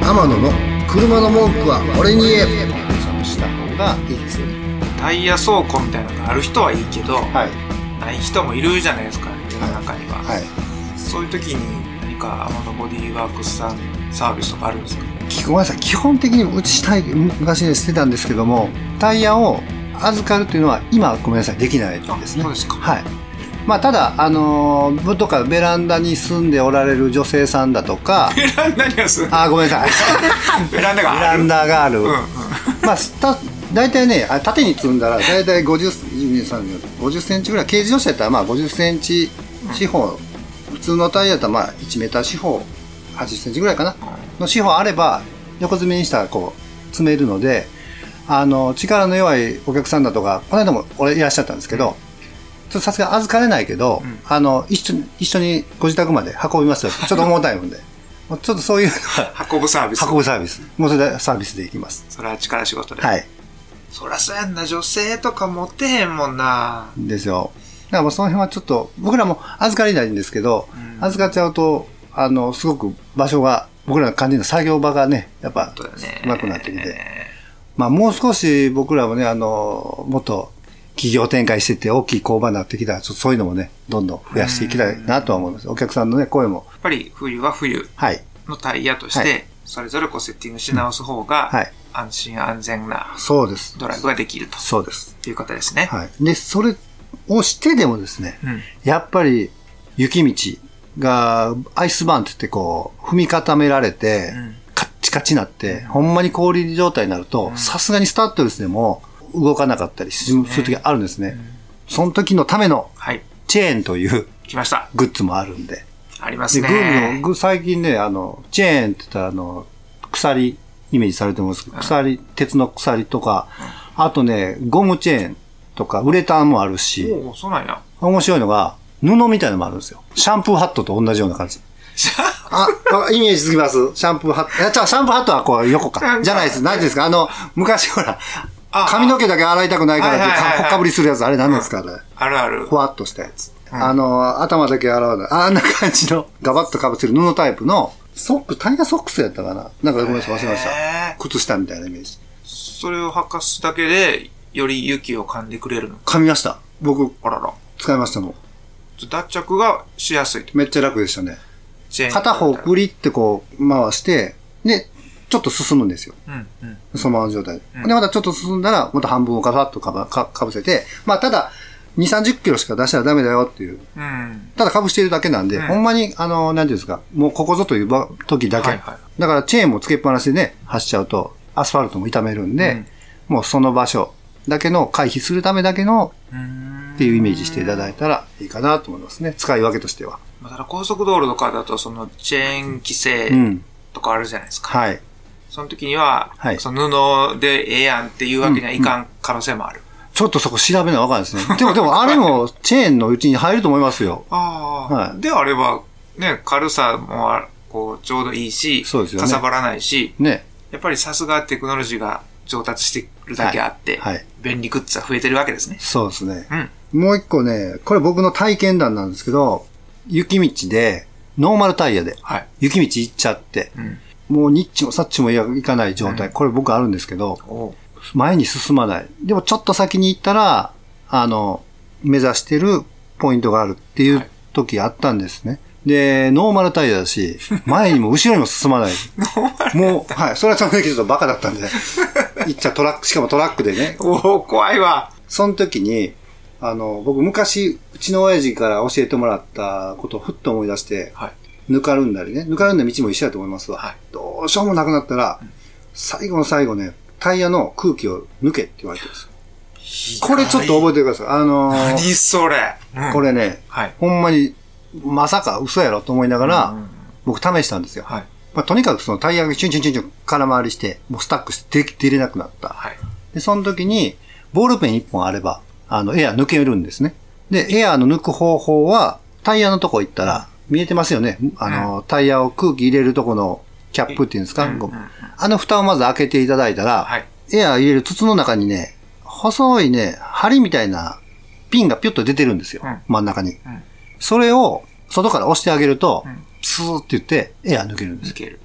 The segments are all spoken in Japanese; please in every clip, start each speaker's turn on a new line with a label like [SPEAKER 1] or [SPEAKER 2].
[SPEAKER 1] 天野の車の文句は俺に言え
[SPEAKER 2] 検索した方がいいですよね
[SPEAKER 3] タイヤ倉庫みたいなのがある人はいいけど、
[SPEAKER 2] はい
[SPEAKER 3] ない人もいるじゃないですか世の中には、
[SPEAKER 2] はい
[SPEAKER 3] そういう時に何か天野ボディーワークスさんサービスとかあるんですか
[SPEAKER 2] ごめんなさい基本的にうちタイ昔で捨てたんですけどもタイヤを預かるというのは今はごめんなさいできないですね
[SPEAKER 3] そうですか
[SPEAKER 2] はいまあ、ただ、あのー部とかベランダに住んでおられる女性さんだ とか
[SPEAKER 3] ベランダにはす
[SPEAKER 2] あーごめんなさい
[SPEAKER 3] ベラン
[SPEAKER 2] ベ
[SPEAKER 3] ダがあ
[SPEAKER 2] ラ
[SPEAKER 3] る
[SPEAKER 2] ンダがある、
[SPEAKER 3] うんうん
[SPEAKER 2] まあ、た大体ね、あ縦に積んだら、大体50、23 50センチぐらい、軽自動車やったら、まあ、50センチ四方、普通のタイヤだったら、まあ、1メーター四方、80センチぐらいかな、の四方あれば、横積みにしたら、こう、積めるので、あの、力の弱いお客さんだとか、この間も俺いらっしゃったんですけど、ちょっとさすがに預かれないけど、
[SPEAKER 3] ん
[SPEAKER 2] あの、一緒に、一緒にご自宅まで運びますよ。ちょっと重たいもんで。もうちょっとそういうのは、
[SPEAKER 3] 運ぶサービス
[SPEAKER 2] 運ぶサービス。もうそれでサービスでいきます。
[SPEAKER 3] それは力仕事で、
[SPEAKER 2] はい。
[SPEAKER 3] そらそうやんな女性とかモテへんもんな
[SPEAKER 2] ですよ。だからもうその辺はちょっと、僕らも預かりないんですけど、
[SPEAKER 3] うん
[SPEAKER 2] 預かっちゃうと、あの、すごく場所が、僕らの感じの作業場がね、やっぱ
[SPEAKER 3] そうだね
[SPEAKER 2] 少なくなってきて、まあもう少し僕らもね、あの、もっと企業展開してて大きい工場になってきたら、ちょっとそういうのもね、どんどん増やしていきたいなとは思います。お客さんのね、声も。
[SPEAKER 3] やっぱり冬は冬
[SPEAKER 2] はい。
[SPEAKER 3] のタイヤとし
[SPEAKER 2] は
[SPEAKER 3] て、それぞれこうセッティングし直す方が
[SPEAKER 2] はい、
[SPEAKER 3] 安心安全な
[SPEAKER 2] そうです。
[SPEAKER 3] ドライブができると
[SPEAKER 2] そうです。
[SPEAKER 3] いうことですね。
[SPEAKER 2] はい。で、それをしてでもですね、
[SPEAKER 3] うん。
[SPEAKER 2] やっぱり雪道がアイスバーンって言ってこう踏み固められて、
[SPEAKER 3] うん
[SPEAKER 2] カッチカチになって、ほんまに氷状態になると、さすがにスタッドレスでも動かなかったりするする時あるんですね。その時のための
[SPEAKER 3] はい。
[SPEAKER 2] チェーンという
[SPEAKER 3] 来ました。
[SPEAKER 2] グッズもあるんで。
[SPEAKER 3] あります
[SPEAKER 2] で、グー
[SPEAKER 3] ね。
[SPEAKER 2] の、グ最近ね、あの、チェーンって言ったらあの、鎖、イメージされてますけど、鎖、鉄の鎖とか、あとね、ゴムチェーンとか、ウレタンもあるし、
[SPEAKER 3] おお、そうなんや。
[SPEAKER 2] 面白いのが、布みたいなのもあるんですよ。シャンプーハットと同じような感じ。あ、あイメージつきますシャンプーハット。え、じゃあシャンプーハットはこう横
[SPEAKER 3] なん
[SPEAKER 2] か。
[SPEAKER 3] か
[SPEAKER 2] じゃないです。何ですかあの、昔ほら、
[SPEAKER 3] あ
[SPEAKER 2] 髪の毛だけ洗いたくないからって、
[SPEAKER 3] はいはいはいはい
[SPEAKER 2] ほっかぶりするやつ、あれ何なんですかあれ。
[SPEAKER 3] あるある
[SPEAKER 2] ふ。わっとしたやつ。あの、頭だけ洗わない。あんな感じの、ガバッとかぶせる布タイプの、ソック、タイヤソックスやったかななんかごめんなさい、忘れました。
[SPEAKER 3] へー
[SPEAKER 2] 靴下みたいなイメージ。
[SPEAKER 3] それを履かすだけで、より雪を噛んでくれるの
[SPEAKER 2] 噛
[SPEAKER 3] か。
[SPEAKER 2] みました。僕、
[SPEAKER 3] あらら。
[SPEAKER 2] 使いましたもん。
[SPEAKER 3] 脱着がしやすいと。
[SPEAKER 2] めっちゃ楽でしたね。
[SPEAKER 3] チェーン
[SPEAKER 2] 片方グリってこう回して、で、ちょっと進むんですよ。
[SPEAKER 3] うん、うん。
[SPEAKER 2] そのままの状態で。
[SPEAKER 3] うん
[SPEAKER 2] で、またちょっと進んだら、また半分をガバッとかばかかぶせて、まあ、ただ、2、30キロしか出したらダメだよっていう。
[SPEAKER 3] うん。
[SPEAKER 2] ただかぶしているだけなんで、
[SPEAKER 3] うん
[SPEAKER 2] ほんまに、あの、なんていうんですか、もうここぞという場時だけ。
[SPEAKER 3] はいは
[SPEAKER 2] だから、チェーンもつけっぱなしでね、走っちゃうと、アスファルトも傷めるんで、もうその場所だけの回避するためだけの
[SPEAKER 3] うーん
[SPEAKER 2] っていうイメージしていただいたらいいかなと思いますね。使い分けとしては。
[SPEAKER 3] まあただ高速道路とかだと、そのチェーン規制
[SPEAKER 2] うん。
[SPEAKER 3] とかあるじゃないですか。
[SPEAKER 2] はい。
[SPEAKER 3] その時には、
[SPEAKER 2] はい
[SPEAKER 3] その布でええやんっていうわけにはいかん可能性もある。
[SPEAKER 2] ちょっとそこ調べなわかんないですね。でも、でも、あれもチェーンのうちに入ると思いますよ。
[SPEAKER 3] ああ、
[SPEAKER 2] はい
[SPEAKER 3] であれば、ね、軽さもあこうちょうどいいし、
[SPEAKER 2] そうですよね
[SPEAKER 3] かさばらないし、
[SPEAKER 2] ね。
[SPEAKER 3] やっぱりさすがテクノロジーが上達してるだけあって、
[SPEAKER 2] はいはい
[SPEAKER 3] 便利グッズは増えてるわけですね。
[SPEAKER 2] そうですね。
[SPEAKER 3] うん。
[SPEAKER 2] もう一個ね、これ僕の体験談なんですけど、雪道で、ノーマルタイヤで、
[SPEAKER 3] はい。
[SPEAKER 2] 雪道行っちゃって、
[SPEAKER 3] うん。
[SPEAKER 2] もうニッチもサッチも行かない状態、これ僕あるんですけど、
[SPEAKER 3] おう
[SPEAKER 2] 前に進まない。でもちょっと先に行ったら、あの、目指してるポイントがあるってい
[SPEAKER 3] はいう
[SPEAKER 2] 時あったんですね。で、ノーマルタイヤだし、前にも後ろにも進 まない。もう、はい、それはその時ちょっとバカだったんで、行っちゃトラック、しかもトラックでね、
[SPEAKER 3] おう怖いわ。
[SPEAKER 2] その時に、あの、僕昔、うちの親父から教えてもらったことをふっと思い出して、
[SPEAKER 3] はい。
[SPEAKER 2] ぬかるんだりね、ぬかるんだ道も一緒だと思いますわ。
[SPEAKER 3] はい
[SPEAKER 2] どうしようもなくなったら、最後の最後ね、タイヤの空気を抜けって言われてるんですよ。これちょっと覚えてください。あのー
[SPEAKER 3] 何それ。うん
[SPEAKER 2] こ。れね、
[SPEAKER 3] はい。
[SPEAKER 2] ほんまに、まさか嘘やろと思いながら、
[SPEAKER 3] うん
[SPEAKER 2] 僕試したんですよ。
[SPEAKER 3] はい。
[SPEAKER 2] まあ、とにかくそのタイヤがチュンチュンチュンチュン空回りして、もうスタックして出れなくなった。
[SPEAKER 3] はい。
[SPEAKER 2] で、その時に、ボールペン1本あれば、あの、エアー抜けるんですね。で、エアーの抜く方法は、タイヤのとこ行ったら、見えてますよね。あの、タイヤを空気入れるとこのキャップっていうんですか、
[SPEAKER 3] うん
[SPEAKER 2] こう
[SPEAKER 3] うんうん
[SPEAKER 2] あの蓋をまず開けていただいたら、
[SPEAKER 3] はい。
[SPEAKER 2] エアー入れる筒の中にね、細いね、針みたいなピンがピュッと出てるんですよ。
[SPEAKER 3] うん
[SPEAKER 2] 真ん中に、
[SPEAKER 3] ん
[SPEAKER 2] それを外から押してあげると、
[SPEAKER 3] ん
[SPEAKER 2] スーって言ってエアー抜けるんです
[SPEAKER 3] 抜
[SPEAKER 2] よ。
[SPEAKER 3] ける。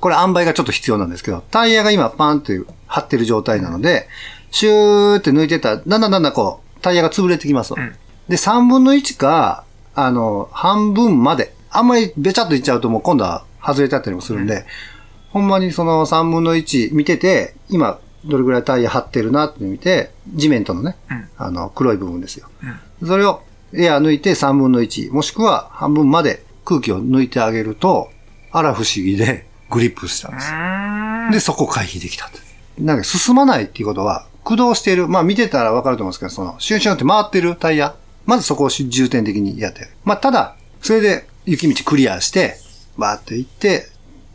[SPEAKER 2] これ塩梅がちょっと必要なんですけど、タイヤが今パンって張ってる状態なので、シューって抜いてたら、だんだんだんだんこう、タイヤが潰れてきますと。
[SPEAKER 3] ん
[SPEAKER 2] で、3分の1か、あの、半分まで、あんまりべちゃっといっちゃうともう今度は外れちゃったりもするんで、ほんまにその3分の1見てて、今、どれぐらいタイヤ張ってるなって見て、地面とのね、
[SPEAKER 3] うん
[SPEAKER 2] あの、黒い部分ですよ。それをエア抜いて3分の1、もしくは半分まで空気を抜いてあげると、あら不思議でグリップしたんです。
[SPEAKER 3] ん。
[SPEAKER 2] で、そこ回避できたと。なんか進まないっていうことは、駆動している。まあ見てたらわかると思うんですけど、その、シュンシュンって回ってるタイヤ。まずそこを重点的にやってやる。まあただ、それで雪道クリアして、バーって行って、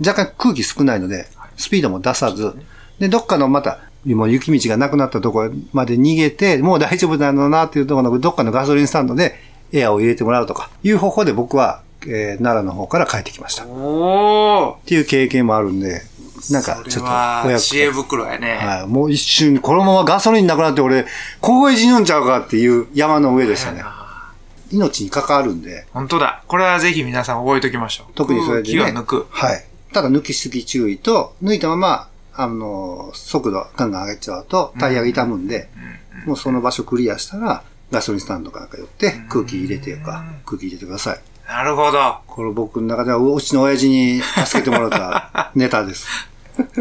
[SPEAKER 2] 若干空気少ないので、スピードも出さず、で、どっかのまた、もう雪道がなくなったところまで逃げて、もう大丈夫だろうなっていうところのどっかのガソリンスタンドでエアを入れてもらうとか、いう方法で僕は、えー奈良の方から帰ってきました。っ
[SPEAKER 3] おー
[SPEAKER 2] ていう経験もあるんで、なんかち
[SPEAKER 3] そ
[SPEAKER 2] ょっ
[SPEAKER 3] れ
[SPEAKER 2] と
[SPEAKER 3] は、知恵
[SPEAKER 2] 役
[SPEAKER 3] 袋やね。
[SPEAKER 2] はい。もう一瞬、このままガソリンなくなって俺、凍え死ぬんちゃうかっていう山の上でしたね。命に関わるんで、
[SPEAKER 3] 本当だ。これはぜひ皆さん覚えておきましょう。
[SPEAKER 2] 特にそれでね。
[SPEAKER 3] 空気は抜く。
[SPEAKER 2] はい。ただ抜きすぎ注意と、抜いたまま、あの、速度ガンガン上げちゃうと、タイヤが傷むんで、もうその場所クリアしたら、ガソリンスタンドかなんか寄って、空気入れてよか、空気入れてください。
[SPEAKER 3] なるほど。
[SPEAKER 2] これ僕の中では、うちの親父に助けてもらったネタです。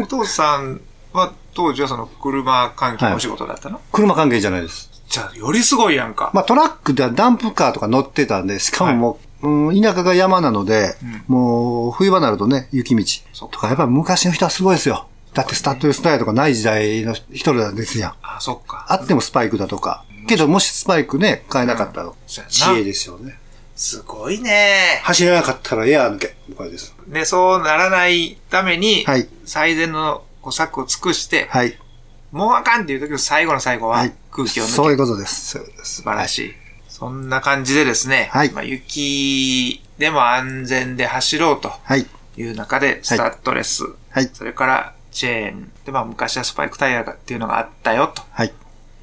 [SPEAKER 3] お父さんは当時はその車関係のお仕事だったの、
[SPEAKER 2] 車関係じゃないです。
[SPEAKER 3] じゃあ、よりすごいやんか。
[SPEAKER 2] まあトラックではダンプカーとか乗ってたんで、しかももう、うん田舎が山なので、もう冬場になるとね、雪
[SPEAKER 3] そ
[SPEAKER 2] 道
[SPEAKER 3] っか
[SPEAKER 2] とか、やっぱ昔の人はすごいですよ。だってスタッドレスタイヤとかない時代の人らですやん。
[SPEAKER 3] あ、そっか。
[SPEAKER 2] あってもスパイクだとか。けどもしスパイクね、買えなかったら、
[SPEAKER 3] そうやな
[SPEAKER 2] 知恵ですよね。
[SPEAKER 3] すごいね。
[SPEAKER 2] 走らなかったらエアー抜け。これです。
[SPEAKER 3] で、そうならないために、
[SPEAKER 2] はい
[SPEAKER 3] 最善のこう策を尽くして、
[SPEAKER 2] はい。
[SPEAKER 3] もうあかんっていう時の最後の最後は
[SPEAKER 2] はい。
[SPEAKER 3] 空気を抜け、
[SPEAKER 2] そういうことです。そうです。
[SPEAKER 3] 素晴らしい。そんな感じでですね、
[SPEAKER 2] はい
[SPEAKER 3] まあ、雪でも安全で走ろうと
[SPEAKER 2] はい。
[SPEAKER 3] いう中で、スタッドレス、
[SPEAKER 2] はい。
[SPEAKER 3] それからチェーン、で、まあ昔はスパイクタイヤがっていうのがあったよと
[SPEAKER 2] はい。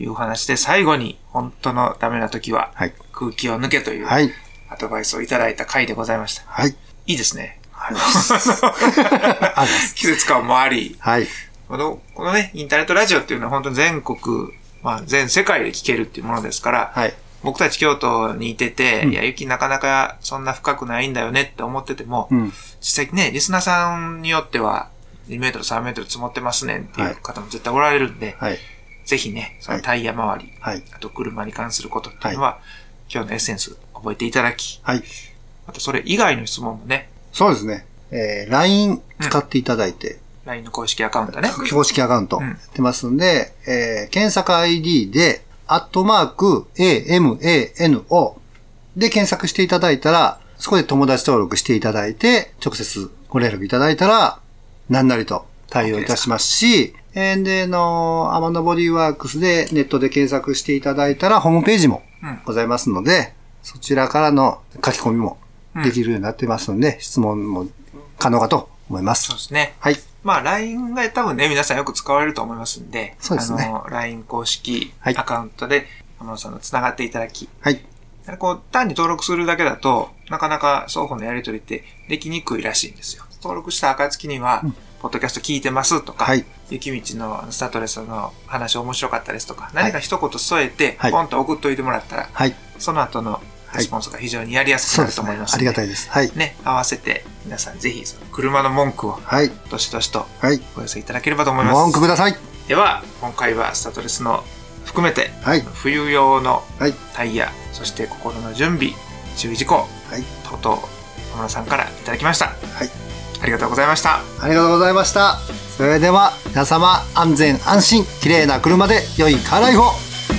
[SPEAKER 3] いうお話で、最後に本当のダメな時は
[SPEAKER 2] はい。
[SPEAKER 3] 空気を抜けという
[SPEAKER 2] はい。
[SPEAKER 3] アドバイスをいただいた回でございました。
[SPEAKER 2] はい。
[SPEAKER 3] いいですね。 あの
[SPEAKER 2] あります
[SPEAKER 3] 季節感もあり、
[SPEAKER 2] はい。
[SPEAKER 3] このこのね、インターネットラジオっていうのは本当に全国、まあ全世界で聞けるっていうものですから、
[SPEAKER 2] はい。
[SPEAKER 3] 僕たち京都にいてて、
[SPEAKER 2] うん
[SPEAKER 3] いや、雪なかなかそんな深くないんだよねって思ってても、
[SPEAKER 2] うん。
[SPEAKER 3] 実際にね、リスナーさんによっては、2メートル、3メートル積もってますねんってい
[SPEAKER 2] は
[SPEAKER 3] う
[SPEAKER 2] い
[SPEAKER 3] 方も絶対おられるんで、
[SPEAKER 2] はい。
[SPEAKER 3] ぜひね、そのタイヤ周り、
[SPEAKER 2] はい。
[SPEAKER 3] あと車に関することっていうのは、今日のエッセンス覚えていただき、
[SPEAKER 2] はい。
[SPEAKER 3] またそれ以外の質問もね、
[SPEAKER 2] そうですね。えー LINE 使っていただいて、
[SPEAKER 3] LINE の公式アカウントね。
[SPEAKER 2] 公式アカウント
[SPEAKER 3] うん
[SPEAKER 2] やってますんで、えー検索 ID で、アットマーク、AMANO で検索していただいたら、そこで友達登録していただいて、直接ご連絡いただいたら、何なりと対応いたしますし、えーで、あの、アマノボディワークスでネットで検索していただいたら、ホームページも
[SPEAKER 3] うん
[SPEAKER 2] ございますので、そちらからの書き込みもできるようになってますので、質問も可能かと思いま
[SPEAKER 3] そう
[SPEAKER 2] す。
[SPEAKER 3] ですね。
[SPEAKER 2] はい。
[SPEAKER 3] まあ、LINE が多分ね、皆さんよく使われると思いますんで、
[SPEAKER 2] そうですね
[SPEAKER 3] あの、LINE 公式
[SPEAKER 2] はい
[SPEAKER 3] アカウントで、天野さんと繋がっていただき、
[SPEAKER 2] はい。
[SPEAKER 3] こう、単に登録するだけだと、なかなか双方のやりとりってできにくいらしいんですよ。登録した暁には、ポッドキャスト聞いてますとか、
[SPEAKER 2] はい。
[SPEAKER 3] 雪道のあのスタートレスの話面白かったですとか、何か一言添えて、
[SPEAKER 2] はい
[SPEAKER 3] ポンと送っといてもらったら、
[SPEAKER 2] はい。
[SPEAKER 3] その後のレスポンスが非常にやりやすく
[SPEAKER 2] そう
[SPEAKER 3] な
[SPEAKER 2] で
[SPEAKER 3] ると
[SPEAKER 2] す
[SPEAKER 3] 思
[SPEAKER 2] ね
[SPEAKER 3] いま。す
[SPEAKER 2] あ
[SPEAKER 3] ので、
[SPEAKER 2] りがたいです。はい。
[SPEAKER 3] ね、合わせて皆さんぜひその車の文句を
[SPEAKER 2] はい。
[SPEAKER 3] どしどしと
[SPEAKER 2] はい。
[SPEAKER 3] お寄せいただければと思います。
[SPEAKER 2] 文句ください。
[SPEAKER 3] では、今回はスタートレスの含めて、
[SPEAKER 2] はい。
[SPEAKER 3] 冬用の
[SPEAKER 2] はい。
[SPEAKER 3] タイヤ、そして心の準備、注意事項、
[SPEAKER 2] はい。
[SPEAKER 3] とうとう小村さんからいただきました
[SPEAKER 2] はい。
[SPEAKER 3] ありがとうございました
[SPEAKER 2] ありがとうございました。それでは、皆様、安全安心、綺麗な車で良いカーライフを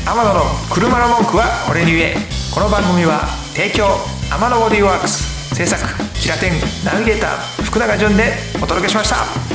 [SPEAKER 3] 天野の車の文句は俺に言えこの番組は提供天野ボディーワークス制作キラテンナビゲーター福永潤でお届けしました